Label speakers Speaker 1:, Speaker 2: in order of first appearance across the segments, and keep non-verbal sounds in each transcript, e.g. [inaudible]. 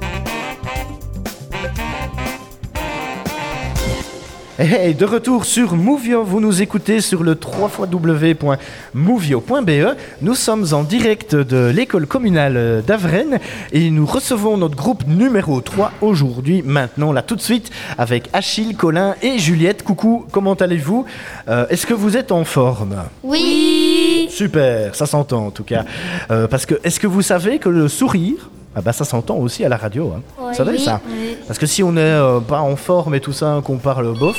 Speaker 1: Hey, Eh, de retour sur Movio, vous nous écoutez sur le www.movio.be. E. Nous sommes en direct de l'école communale d'Avrennes et nous recevons notre groupe numéro 3 aujourd'hui, maintenant, là tout de suite, avec Achille, Colin et Juliette. Coucou, comment allez-vous Euh, Est-ce que vous êtes en forme
Speaker 2: Oui.
Speaker 1: Super, ça s'entend en tout cas. Euh, parce que est-ce que vous savez que le sourire, ah bah, ça s'entend aussi à la radio. hein. Vous
Speaker 2: Oui.
Speaker 1: savez ça Parce que si on n'est pas en forme et tout ça, qu'on parle bof.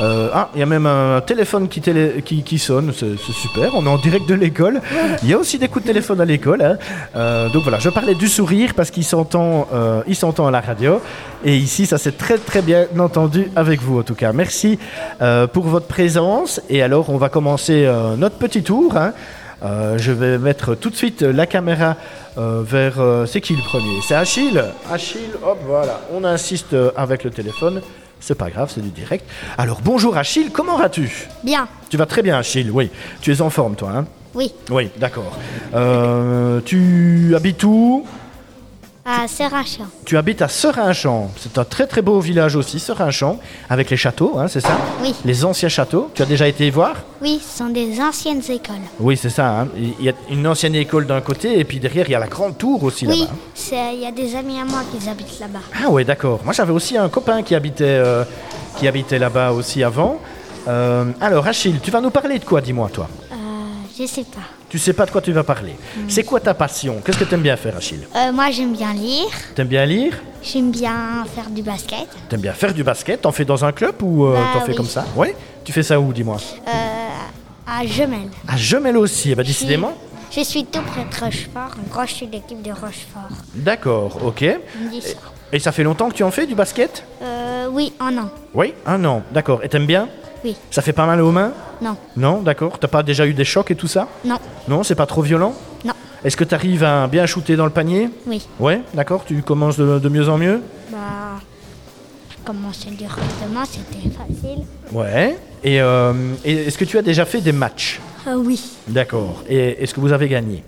Speaker 1: euh, ah, il y a même un téléphone qui, télé- qui, qui sonne, c'est c'est super, on est en direct de l'école. Il y a aussi des coups de téléphone à l'école. hein. Euh, donc voilà, je parlais du sourire parce qu'il s'entend euh, il s'entend à la radio. Et ici, ça s'est très très bien entendu avec vous en tout cas. Merci euh, pour votre présence. Et alors, on va commencer euh, notre petit tour. hein. Euh, je vais mettre tout de suite la caméra euh, vers. euh, c'est qui le premier C'est Achille Achille, hop, voilà. On insiste euh, avec le téléphone. C'est pas grave, c'est du direct. Alors bonjour Achille, comment vas-tu
Speaker 2: Bien.
Speaker 1: Tu vas très bien Achille, oui. Tu es en forme toi, hein
Speaker 2: Oui.
Speaker 1: Oui, d'accord. Euh, tu habites où
Speaker 2: À Serracha.
Speaker 1: Tu habites à Seraingchamp. C'est un très très beau village aussi, Seraingchamp, avec les châteaux, hein, c'est ça
Speaker 2: Oui.
Speaker 1: Les anciens châteaux. Tu as déjà été y voir
Speaker 2: Oui, ce sont des anciennes écoles.
Speaker 1: Oui, c'est ça. hein. Il y a une ancienne école d'un côté, et puis derrière, il y a la grande tour aussi
Speaker 2: Oui,
Speaker 1: là-bas.
Speaker 2: c'est- il y a des amis à moi qui habitent là-bas.
Speaker 1: Ah ouais, d'accord. Moi, j'avais aussi un copain qui habitait, euh, qui habitait là-bas aussi avant. Euh, alors, Achille, tu vas nous parler de quoi, dis-moi, toi
Speaker 2: Euh, je sais pas.
Speaker 1: Tu sais pas de quoi tu vas parler.
Speaker 2: Hmm.
Speaker 1: C'est quoi ta passion Qu'est-ce que t'aimes bien faire, Achille
Speaker 2: Euh, moi, j'aime bien lire.
Speaker 1: T'aimes bien lire
Speaker 2: J'aime bien faire du basket.
Speaker 1: T'aimes bien faire du basket T'en fais dans un club ou euh,
Speaker 2: Bah
Speaker 1: t'en fais
Speaker 2: oui.
Speaker 1: comme ça Ouais. Tu fais ça où, dis-moi
Speaker 2: Euh, à Gemelle.
Speaker 1: À Gemelle aussi, eh ben, décidément.
Speaker 2: Je suis tout près de Rochefort. En gros, je suis de l'équipe de Rochefort.
Speaker 1: D'accord, ok.
Speaker 2: On dit ça.
Speaker 1: Et ça fait longtemps que tu en fais du basket
Speaker 2: Euh, oui, en an.
Speaker 1: Oui. Un an, d'accord. Et t'aimes bien
Speaker 2: Oui.
Speaker 1: Ça fait pas mal aux mains
Speaker 2: Non.
Speaker 1: Non, d'accord. T'as pas déjà eu des chocs et tout ça
Speaker 2: Non.
Speaker 1: Non, c'est pas trop violent
Speaker 2: Non.
Speaker 1: Est-ce que t'arrives à bien shooter dans le panier
Speaker 2: Oui.
Speaker 1: Ouais, d'accord. Tu commences de, de mieux en mieux
Speaker 2: Bah, comment se le dire correctement, c'était facile.
Speaker 1: Ouais. Et, euh, et est-ce que tu as déjà fait des matchs
Speaker 2: Euh, oui.
Speaker 1: D'accord. Et est-ce que vous avez gagné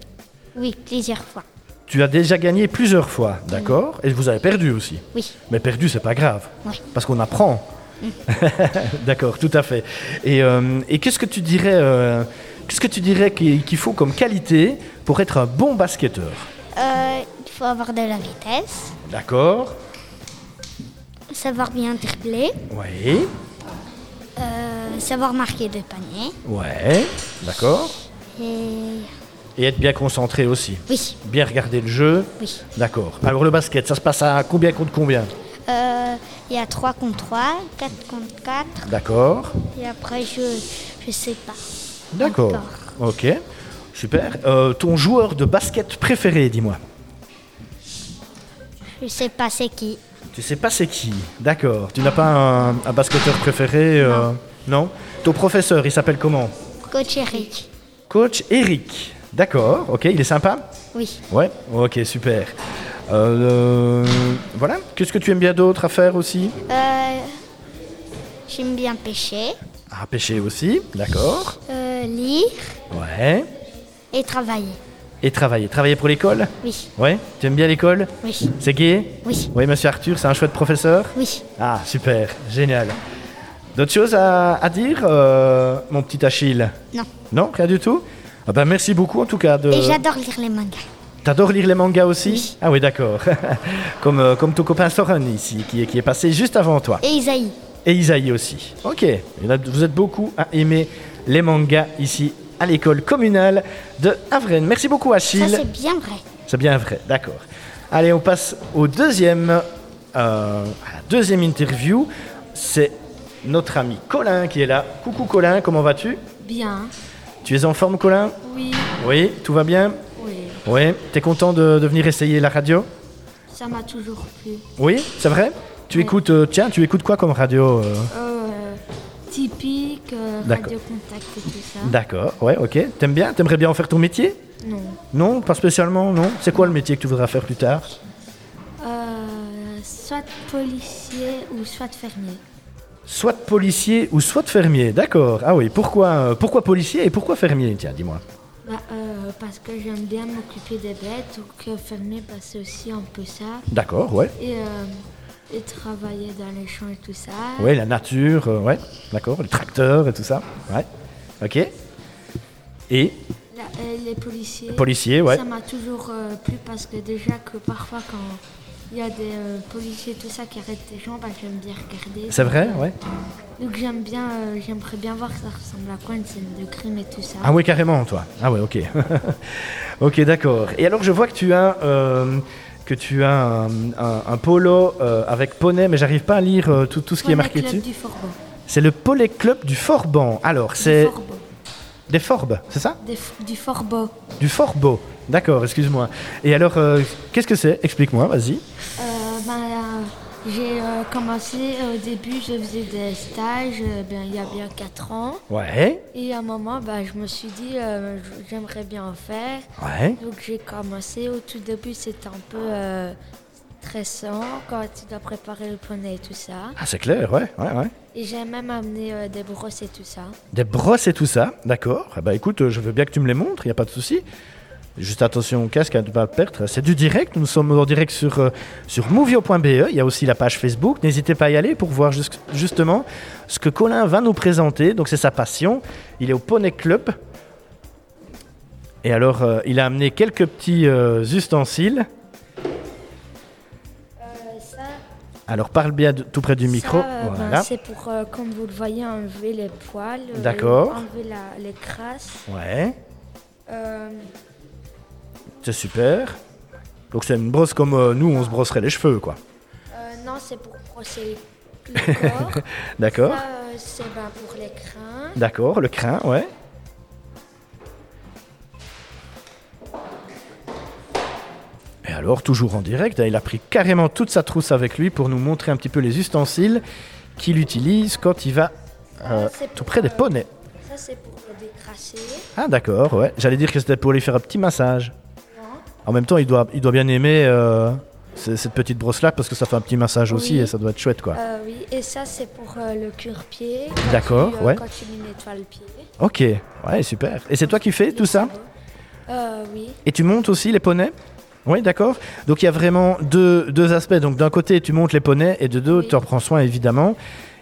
Speaker 2: Oui, plusieurs fois.
Speaker 1: Tu as déjà gagné plusieurs fois, d'accord Et vous avez perdu aussi
Speaker 2: Oui.
Speaker 1: Mais perdu, c'est pas grave.
Speaker 2: Oui.
Speaker 1: Parce qu'on apprend. [laughs] D'accord, tout à fait. Et, euh, et qu'est-ce que tu dirais, euh, qu'est-ce que tu dirais qu'il qu'il faut comme qualité pour être un bon basketteur
Speaker 2: Euh, il faut avoir de la vitesse,
Speaker 1: D'accord.
Speaker 2: savoir bien dribbler,
Speaker 1: Oui.
Speaker 2: euh, savoir marquer des paniers
Speaker 1: Ouais. D'accord.
Speaker 2: et
Speaker 1: Et être bien concentré aussi.
Speaker 2: oui,
Speaker 1: Bien regarder le jeu.
Speaker 2: oui.
Speaker 1: D'accord. Alors le basket, ça se passe à combien contre combien
Speaker 2: Euh, Il y a 3 contre 3, 4 contre 4
Speaker 1: D'accord.
Speaker 2: et après je je sais pas.
Speaker 1: D'accord. Ok. Super. Euh, ton joueur de basket préféré, dis-moi.
Speaker 2: Je sais pas c'est qui.
Speaker 1: Tu sais pas c'est qui D'accord. Tu n'as pas un, un basketteur préféré euh, non. Ton professeur, il s'appelle comment
Speaker 2: Coach Eric.
Speaker 1: Coach Eric. D'accord. Ok, il est sympa
Speaker 2: Oui.
Speaker 1: Ouais. Ok, super. Euh, euh, voilà. Qu'est-ce que tu aimes bien d'autre à faire aussi
Speaker 2: Euh, J'aime bien pêcher,
Speaker 1: À pêcher aussi. D'accord.
Speaker 2: euh, lire
Speaker 1: Ouais.
Speaker 2: et travailler.
Speaker 1: Et travailler. Travailler pour l'école
Speaker 2: Oui,
Speaker 1: Ouais. Tu aimes bien l'école
Speaker 2: oui,
Speaker 1: C'est gay
Speaker 2: oui,
Speaker 1: Oui, monsieur Arthur, c'est un chouette professeur
Speaker 2: oui.
Speaker 1: Ah, super. Génial. D'autres choses à, à dire, euh, mon petit Achille
Speaker 2: Non.
Speaker 1: Non, rien du tout ah ben, Merci beaucoup en tout cas. De...
Speaker 2: Et j'adore lire les mangas.
Speaker 1: T'adores lire les mangas aussi Ah oui, d'accord. [laughs] comme, euh, comme ton copain Soren ici, qui, est- qui est passé juste avant toi.
Speaker 2: Et Isaïe.
Speaker 1: Et Isaïe aussi. Ok, Il y en a- vous êtes beaucoup à aimer les mangas ici à l'école communale de Avrennes. Merci beaucoup
Speaker 2: Ça
Speaker 1: Achille.
Speaker 2: c'est bien vrai.
Speaker 1: C'est bien vrai, d'accord. Allez, on passe au deuxième, euh, à la deuxième interview. C'est notre ami Colin qui est là. Coucou Colin, comment vas-tu
Speaker 3: Bien.
Speaker 1: Tu es en forme Colin
Speaker 3: Oui.
Speaker 1: Oui, tout va bien
Speaker 3: Oui.
Speaker 1: Oui, t'es content de, de venir essayer la radio
Speaker 3: Ça m'a toujours plu.
Speaker 1: Oui, c'est vrai Tu écoutes, euh, tiens, tu écoutes quoi comme radio euh
Speaker 3: Euh, typique, euh,
Speaker 1: D'accord.
Speaker 3: radio contact et tout ça.
Speaker 1: D'accord, ouais, ok. T'aimes bien T'aimerais bien en faire ton métier
Speaker 3: Non.
Speaker 1: Non, pas spécialement, non C'est quoi le métier que tu voudras faire plus tard
Speaker 3: Euh, soit policier ou soit fermier.
Speaker 1: Soit policier ou soit fermier, d'accord. Ah oui, pourquoi, euh, pourquoi policier et pourquoi fermier Tiens, dis-moi.
Speaker 3: Bah, euh, parce que j'aime bien m'occuper des bêtes, donc euh, fermier, bah, c'est aussi un peu ça.
Speaker 1: D'accord, ouais.
Speaker 3: Et euh, et travailler dans les champs et tout ça.
Speaker 1: Ouais, la nature, euh, ouais, d'accord, les tracteurs et tout ça. Ouais, ok. Et
Speaker 3: La- euh, les policiers.
Speaker 1: les policiers, ouais.
Speaker 3: Ça m'a toujours euh, plu parce que déjà que parfois quand il y a des euh, policiers tout ça qui arrêtent des gens, bah, j'aime bien regarder.
Speaker 1: C'est vrai, ouais.
Speaker 3: Donc j'aime bien, euh, j'aimerais bien voir ça ressemble à quoi une scène de crime et tout ça.
Speaker 1: Ah ouais, carrément, toi. Ah ouais, ok. [laughs] ok, d'accord. Et alors, je vois que tu as, euh, que tu as un, un- un polo euh, avec poney, mais j'arrive pas à lire euh, tout, tout ce qui est
Speaker 3: Poney
Speaker 1: marqué
Speaker 3: Club
Speaker 1: dessus.
Speaker 3: du Forban. Du
Speaker 1: C'est le Polé Club du Forban. Alors, c'est
Speaker 3: Forban.
Speaker 1: des Forbes, c'est ça
Speaker 3: Des f- du Forban.
Speaker 1: Du Forbo. D'accord, excuse-moi. Et alors, euh, qu'est-ce que c'est Explique-moi, vas-y.
Speaker 3: Euh, ben, euh, j'ai euh, commencé euh, au début, je faisais des stages euh, ben, il y a bien 4 ans.
Speaker 1: Ouais,
Speaker 3: Et à un moment, ben, je me suis dit, euh, j- j'aimerais bien en faire.
Speaker 1: ouais.
Speaker 3: Donc j'ai commencé. Au tout début, c'était un peu euh, stressant quand tu dois préparer le poney et tout ça.
Speaker 1: Ah, c'est clair, ouais, ouais, ouais.
Speaker 3: Et j'ai même amené euh, des brosses et tout ça.
Speaker 1: Des brosses et tout ça, d'accord. Eh ben, écoute, euh, je veux bien que tu me les montres, il n'y a pas de souci. Juste attention au casque, à ne pas le perdre. C'est du direct, nous sommes en direct sur, euh, sur movio.be. Il y a aussi la page Facebook. N'hésitez pas à y aller pour voir jus- justement ce que Colin va nous présenter. Donc, c'est sa passion. Il est au Poney Club. Et alors, euh, il a amené quelques petits euh, ustensiles.
Speaker 3: Euh, ça,
Speaker 1: Alors, parle bien de- tout près du micro.
Speaker 3: euh, ben,
Speaker 1: voilà.
Speaker 3: c'est pour, euh, comme vous le voyez, enlever les poils, euh,
Speaker 1: D'accord.
Speaker 3: enlever la- les crasses.
Speaker 1: Ouais,
Speaker 3: Euh,
Speaker 1: c'est super. Donc, c'est une brosse comme euh, nous, on se brosserait les cheveux, quoi.
Speaker 3: Euh, non, c'est pour brosser
Speaker 1: [laughs]
Speaker 3: le corps.
Speaker 1: D'accord.
Speaker 3: Ça, euh, c'est ben, pour les crins.
Speaker 1: D'accord, le crin, ouais. Et alors, toujours en direct, hein, il a pris carrément toute sa trousse avec lui pour nous montrer un petit peu les ustensiles qu'il utilise quand il va euh,
Speaker 3: Ah, c'est
Speaker 1: tout
Speaker 3: pour,
Speaker 1: près des
Speaker 3: euh,
Speaker 1: poneys.
Speaker 3: Ça, c'est pour le décrasser.
Speaker 1: Ah d'accord, ouais. J'allais dire que c'était pour lui faire un petit massage.
Speaker 3: Non.
Speaker 1: En même temps, il doit, il doit bien aimer euh, ce- cette petite brosse-là parce que ça fait un petit massage aussi
Speaker 3: Oui.
Speaker 1: et ça doit être chouette, quoi.
Speaker 3: Euh, oui, et ça, c'est pour euh, le cure-pied. quand
Speaker 1: D'accord,
Speaker 3: tu, euh,
Speaker 1: ouais.
Speaker 3: Quand tu lui nettoies le pied.
Speaker 1: Ok, ouais, super. Et c'est toi qui fais tout ça
Speaker 3: Euh, oui.
Speaker 1: Et tu montes aussi les poneys Oui, d'accord. Donc il y a vraiment deux, deux aspects. Donc d'un côté, tu montes les poneys et de deux,
Speaker 3: Oui.
Speaker 1: tu en prends soin évidemment.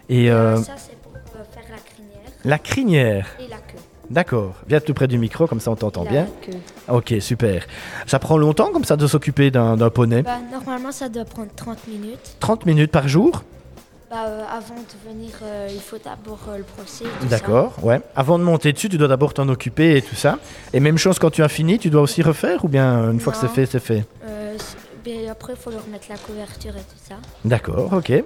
Speaker 1: Et euh,
Speaker 3: Euh, Ça, c'est pour euh, faire la crinière
Speaker 1: la crinière,
Speaker 3: et la queue.
Speaker 1: d'accord. Viens tout près du micro, comme ça on t'entend
Speaker 3: La
Speaker 1: bien.
Speaker 3: queue.
Speaker 1: Ok, super. Ça prend longtemps comme ça de s'occuper d'un d'un poney
Speaker 3: Bah, normalement, ça doit prendre 30 minutes.
Speaker 1: 30 minutes par jour
Speaker 3: Bah, euh, avant de venir, euh, il faut d'abord euh, le brosser. et tout ça.
Speaker 1: D'accord, ouais. Avant de monter dessus, tu dois d'abord t'en occuper et tout ça. Et même chose quand tu as fini, tu dois aussi refaire ou bien euh, une fois que c'est
Speaker 3: Non.
Speaker 1: fait, c'est fait
Speaker 3: Euh, c- ben, après, il faut leur mettre la couverture et tout ça.
Speaker 1: D'accord, ok. Et,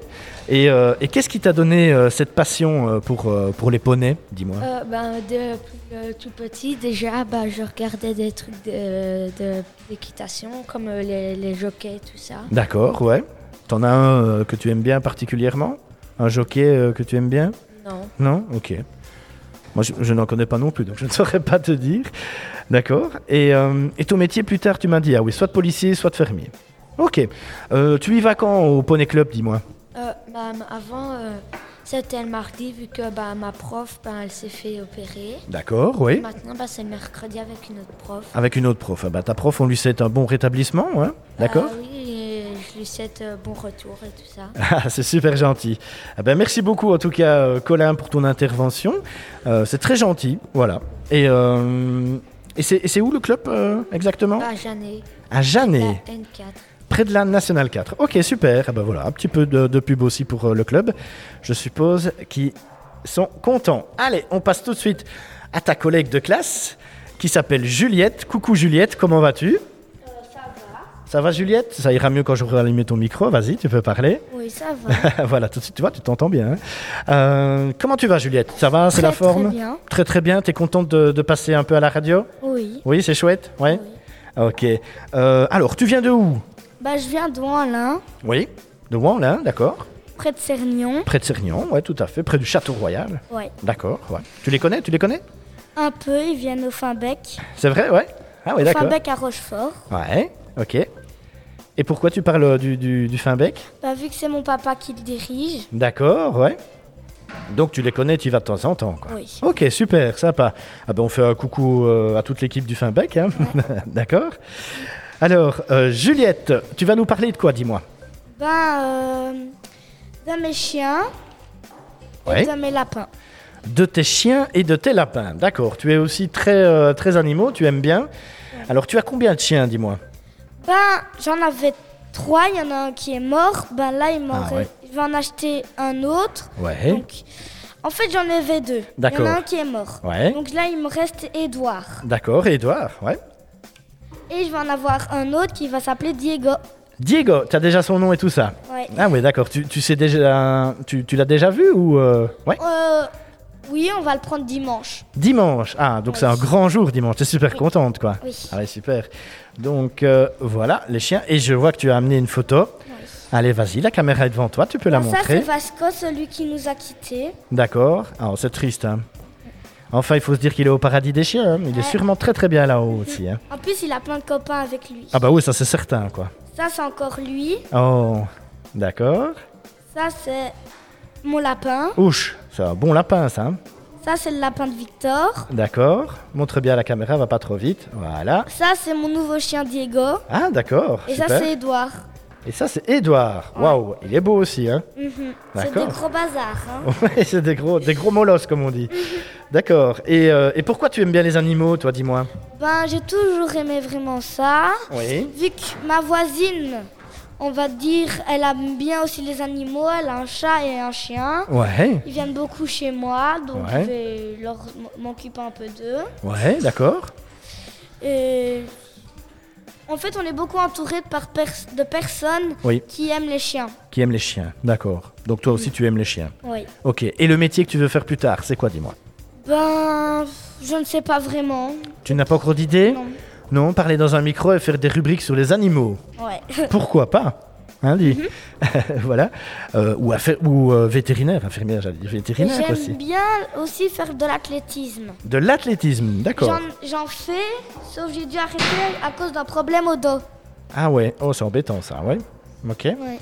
Speaker 1: euh, et qu'est-ce qui t'a donné euh, cette passion euh, pour, euh, pour les poneys, dis-moi
Speaker 3: Euh, ben, de- euh, tout petit, déjà, bah, je regardais des trucs de- de- d'équitation, comme euh, les, les jockeys, tout ça.
Speaker 1: D'accord, ouais. T'en as un euh, que tu aimes bien particulièrement Un jockey euh, que tu aimes bien
Speaker 3: Non.
Speaker 1: Non Ok. Moi, je, je n'en connais pas non plus, donc je ne [laughs] saurais pas te dire. D'accord. Et, euh, et ton métier plus tard, tu m'as dit, ah oui, soit de policier, soit de fermier. Ok. Euh, tu y vas quand au Poney Club, dis-moi
Speaker 3: Euh, bah, m- avant, euh, c'était le mardi, vu que bah, ma prof, bah, elle s'est fait opérer.
Speaker 1: D'accord, oui.
Speaker 3: Maintenant, bah, c'est le mercredi avec une autre prof.
Speaker 1: Avec une autre prof. Ah bah, ta prof, on lui souhaite un bon rétablissement, hein D'accord
Speaker 3: Euh, Oui, et je lui souhaite euh, bon retour et tout ça.
Speaker 1: Ah, c'est super gentil. Ah ben, merci beaucoup en tout cas euh, Colin pour ton intervention. Euh, c'est très gentil, voilà. Et, euh, et c'est et c'est où le club euh, exactement
Speaker 3: Bah, Jeannet,
Speaker 1: À
Speaker 3: la
Speaker 1: Jeannet,
Speaker 3: N4.
Speaker 1: près de la Nationale 4. Ok, super. Ah ben voilà, un petit peu de, de pub aussi pour euh, le club, je suppose, qui sont contents. Allez, on passe tout de suite à ta collègue de classe qui s'appelle Juliette. Coucou Juliette, comment vas-tu Euh, ça va Juliette Ça ira mieux quand j'aurai allumé ton micro. Vas-y, tu peux parler.
Speaker 3: Oui, ça va.
Speaker 1: [laughs] voilà, tout de suite, tu vois, tu t'entends bien. hein. Euh, comment tu vas, Juliette Ça va C'est
Speaker 3: Très,
Speaker 1: la forme
Speaker 3: Très bien.
Speaker 1: Très très bien. T'es contente de, de passer un peu à la radio
Speaker 2: Oui.
Speaker 1: Oui, c'est chouette. Ouais. Ok. Euh, alors, tu viens de où
Speaker 2: Bah, je viens de Wanlin,
Speaker 1: Oui. De Rouen, là, d'accord.
Speaker 2: près de Cernion.
Speaker 1: Près de Cernion, ouais, tout à fait. Près du Château Royal,
Speaker 2: Ouais.
Speaker 1: d'accord. Ouais. Tu les connais Tu les connais
Speaker 2: Un peu, ils viennent au Finbec.
Speaker 1: C'est vrai, ouais. Ah ouais, d'accord.
Speaker 2: Finbec à Rochefort.
Speaker 1: Ouais. Ok. Et pourquoi tu parles euh, du, du, du Finbec
Speaker 2: Bah, vu que c'est mon papa qui le dirige.
Speaker 1: D'accord, ouais. Donc tu les connais, tu y vas de temps en temps, quoi.
Speaker 2: Oui.
Speaker 1: Ok, super, sympa. Ah ben, on fait un coucou euh, à toute l'équipe du Finbec, hein. [laughs] D'accord. Alors, euh, Juliette, tu vas nous parler de quoi, dis-moi
Speaker 2: Ben, euh, de mes chiens
Speaker 1: Ouais.
Speaker 2: et de mes lapins.
Speaker 1: de tes chiens et de tes lapins. D'accord, tu es aussi très, euh, très animaux, tu aimes bien. Alors tu as combien de chiens, dis-moi
Speaker 2: Ben, j'en avais trois, il y en a un qui est mort, ben là, il, m'en
Speaker 1: Ah,
Speaker 2: re-
Speaker 1: ouais.
Speaker 2: il va en acheter un autre.
Speaker 1: Ouais.
Speaker 2: Donc, en fait, j'en avais deux. Il y en
Speaker 1: D'accord.
Speaker 2: a un qui est mort.
Speaker 1: Ouais.
Speaker 2: Donc là, il me reste Edouard.
Speaker 1: D'accord, Edouard, ouais.
Speaker 2: Et je vais en avoir un autre qui va s'appeler Diego.
Speaker 1: Diego, tu as déjà son nom et tout ça
Speaker 2: Ouais.
Speaker 1: Ah oui, d'accord, tu, tu sais déjà, tu, tu l'as déjà vu ou... euh, Ouais.
Speaker 2: Euh, oui, on va le prendre dimanche.
Speaker 1: Dimanche, ah, donc c'est un grand jour dimanche, t'es super contente quoi.
Speaker 2: Oui.
Speaker 1: Ah ouais, super. Donc euh, voilà, les chiens, et je vois que tu as amené une photo. Allez, vas-y, la caméra est devant toi, tu peux la
Speaker 2: Alors Ah, ça, c'est
Speaker 1: montrer.
Speaker 2: Vasco, celui qui nous a quittés.
Speaker 1: D'accord. Alors c'est triste. hein. Enfin, il faut se dire qu'il est au paradis des chiens. hein. Il est
Speaker 2: Ouais. Mhm.
Speaker 1: sûrement très très bien là-haut aussi. hein.
Speaker 2: En plus, il a plein de copains avec lui.
Speaker 1: Ah bah oui, ça c'est certain quoi.
Speaker 2: Ça, c'est encore lui.
Speaker 1: Oh, d'accord.
Speaker 2: Ça, c'est mon lapin.
Speaker 1: Ouch, c'est un bon lapin ça. hein.
Speaker 2: Ça, c'est le lapin de Victor.
Speaker 1: D'accord. Montre bien à la caméra, va pas trop vite. Voilà.
Speaker 2: Ça, c'est mon nouveau chien Diego.
Speaker 1: Ah d'accord.
Speaker 2: Et
Speaker 1: super.
Speaker 2: ça, c'est Edouard.
Speaker 1: Et ça c'est Edouard. Waouh, il est beau aussi hein.
Speaker 2: Mhm. C'est des
Speaker 1: D'accord.
Speaker 2: gros bazars. hein.
Speaker 1: Ouais, [laughs] c'est des gros, des gros molosses comme on dit. D'accord. Et, euh, et pourquoi tu aimes bien les animaux, toi, dis-moi
Speaker 2: Ben, j'ai toujours aimé vraiment ça.
Speaker 1: Oui.
Speaker 2: Vu que ma voisine, on va dire, elle aime bien aussi les animaux. Elle a un chat et un chien.
Speaker 1: Ouais.
Speaker 2: Ils viennent beaucoup chez moi, donc
Speaker 1: Ouais.
Speaker 2: je vais leur m- m'occuper un peu d'eux.
Speaker 1: Ouais, d'accord.
Speaker 2: Et en fait, on est beaucoup entouré de, par pers- de personnes
Speaker 1: Oui.
Speaker 2: qui aiment les chiens.
Speaker 1: Qui aime les chiens. D'accord. Donc toi aussi, tu aimes les chiens.
Speaker 2: Oui.
Speaker 1: Ok, et le métier que tu veux faire plus tard, c'est quoi, dis-moi
Speaker 2: Ben, je ne sais pas vraiment.
Speaker 1: Tu n'as pas encore d'idée
Speaker 2: Non.
Speaker 1: Non, parler dans un micro et faire des rubriques sur les
Speaker 2: [laughs]
Speaker 1: animaux.
Speaker 2: Ouais.
Speaker 1: Pourquoi pas Hein, dis
Speaker 2: Mhm.
Speaker 1: [laughs] Voilà. Euh, ou affaire- ou euh, vétérinaire, infirmière, j'allais dire
Speaker 2: Et
Speaker 1: vétérinaire
Speaker 2: J'aime
Speaker 1: aussi.
Speaker 2: bien aussi faire de l'athlétisme.
Speaker 1: De l'athlétisme, d'accord.
Speaker 2: J'en j'en fais, sauf que j'ai dû arrêter à cause d'un problème au dos.
Speaker 1: Ah ouais, oh, c'est embêtant ça, ouais. Ok,
Speaker 2: Ouais.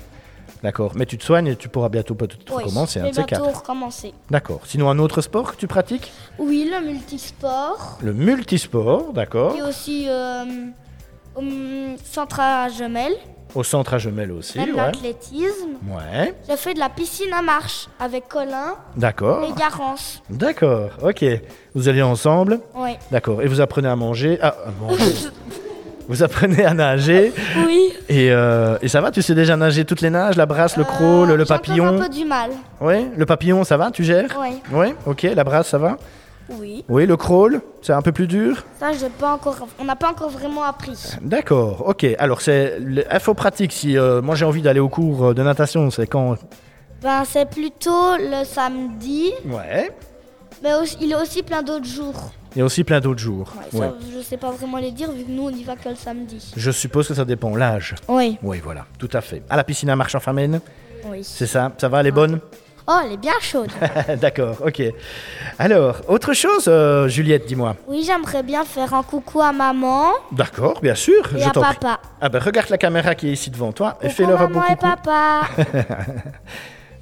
Speaker 1: d'accord. Mais tu te soignes et tu pourras bientôt peut-être
Speaker 2: Oui,
Speaker 1: recommencer, un
Speaker 2: mais
Speaker 1: de ces
Speaker 2: bientôt
Speaker 1: quatre.
Speaker 2: recommencer.
Speaker 1: D'accord. Sinon, un autre sport que tu pratiques
Speaker 2: Oui, le multisport.
Speaker 1: Le multisport, d'accord.
Speaker 2: Et aussi euh, hum, centre à gemelles.
Speaker 1: Au centre à Gemelle aussi,
Speaker 2: même
Speaker 1: ouais.
Speaker 2: l'athlétisme.
Speaker 1: Ouais,
Speaker 2: J'ai fait de la piscine à marche avec Colin
Speaker 1: d'accord.
Speaker 2: et Garance.
Speaker 1: D'accord, ok. Vous allez ensemble,
Speaker 2: Ouais.
Speaker 1: d'accord, et vous apprenez à manger. Ah, à manger.
Speaker 2: [laughs]
Speaker 1: vous apprenez à nager,
Speaker 2: Oui.
Speaker 1: et, euh, et ça va, tu sais déjà nager toutes les nages, la brasse, le crawl, le papillon.
Speaker 2: J'ai encore Euh, un peu du mal.
Speaker 1: Oui, le papillon, ça va, tu gères
Speaker 2: Ouais.
Speaker 1: Oui, ok, la brasse, ça va
Speaker 2: Oui.
Speaker 1: Oui, le crawl, c'est un peu plus dur
Speaker 2: Ça, j'ai pas encore. On n'a pas encore vraiment appris.
Speaker 1: D'accord, ok. Alors, c'est l'info pratique, si euh, moi j'ai envie d'aller au cours euh, de natation, c'est quand
Speaker 2: Ben, c'est plutôt le samedi,
Speaker 1: Ouais.
Speaker 2: mais aussi- il y a aussi plein d'autres jours.
Speaker 1: Il y a aussi plein d'autres jours.
Speaker 2: Ouais, ça,
Speaker 1: Ouais.
Speaker 2: Je sais pas vraiment les dire vu que nous on y va que le samedi.
Speaker 1: Je suppose que ça dépend l'âge.
Speaker 2: Oui.
Speaker 1: Oui, voilà, tout à fait. À la piscine à marche en famine,
Speaker 2: Oui.
Speaker 1: c'est ça Ça va, elle est bonne
Speaker 2: Oh, elle est bien chaude.
Speaker 1: [laughs] D'accord, ok. Alors, autre chose, euh, Juliette, dis-moi.
Speaker 2: oui, j'aimerais bien faire un coucou à maman
Speaker 1: D'accord, bien sûr.
Speaker 2: et
Speaker 1: je
Speaker 2: à
Speaker 1: t'en prie.
Speaker 2: papa.
Speaker 1: Ah ben, regarde la caméra qui est ici devant toi et fais-leur un
Speaker 2: coucou
Speaker 1: bon
Speaker 2: maman et
Speaker 1: coucou. [laughs]
Speaker 2: papa.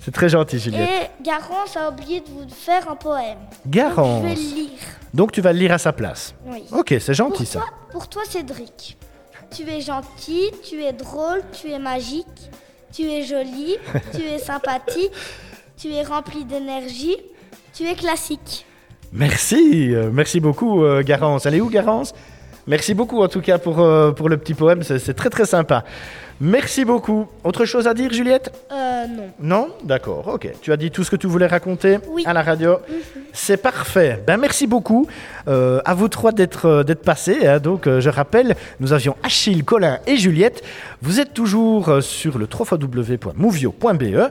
Speaker 1: C'est très gentil, Juliette.
Speaker 2: et Garance a oublié de vous faire un poème.
Speaker 1: Garance.
Speaker 2: Donc, je vais le lire.
Speaker 1: Donc, tu vas le lire à sa place.
Speaker 2: Oui.
Speaker 1: Ok, c'est
Speaker 2: Pour
Speaker 1: gentil
Speaker 2: toi,
Speaker 1: ça.
Speaker 2: pour toi, Cédric, tu es gentil, tu es drôle, tu es magique, tu es joli, tu
Speaker 1: [laughs]
Speaker 2: es sympathique, tu es rempli d'énergie, tu es classique.
Speaker 1: Merci, euh, merci beaucoup, euh, Garance. Elle est où, Garance Merci beaucoup, en tout cas, pour, euh, pour le petit poème. C'est c'est très, très sympa. Merci beaucoup. Autre chose à dire, Juliette
Speaker 2: Euh,
Speaker 1: Non
Speaker 2: non.
Speaker 1: D'accord, ok. Tu as dit tout ce que tu voulais raconter
Speaker 2: Oui.
Speaker 1: à la radio. C'est parfait. Ben, merci beaucoup euh, à vous trois d'être euh, d'être passés. hein. Donc, euh, je rappelle, nous avions Achille, Colin et Juliette. Vous êtes toujours euh, sur le www.movio.be. Euh,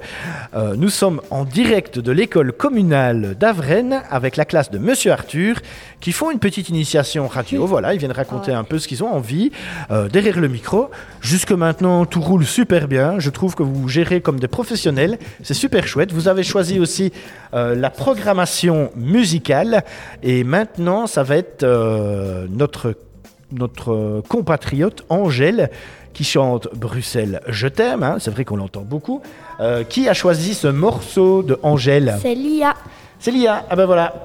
Speaker 1: nous sommes en direct de l'école communale d'Avrennes avec la classe de Monsieur Arthur qui font une petite initiation radio. Voilà, ils viennent raconter un peu ce qu'ils ont envie euh, derrière le micro. Jusque maintenant, tout roule super bien. Je trouve que vous gérez comme des professionnels. C'est super chouette. Vous avez choisi aussi euh, la programmation musicale. Et maintenant, ça va être euh, notre, notre euh, compatriote Angèle qui chante Bruxelles, je t'aime. hein. C'est vrai qu'on l'entend beaucoup. Euh, qui a choisi ce morceau de Angèle
Speaker 2: C'est Lia.
Speaker 1: C'est Lia. Ah ben voilà,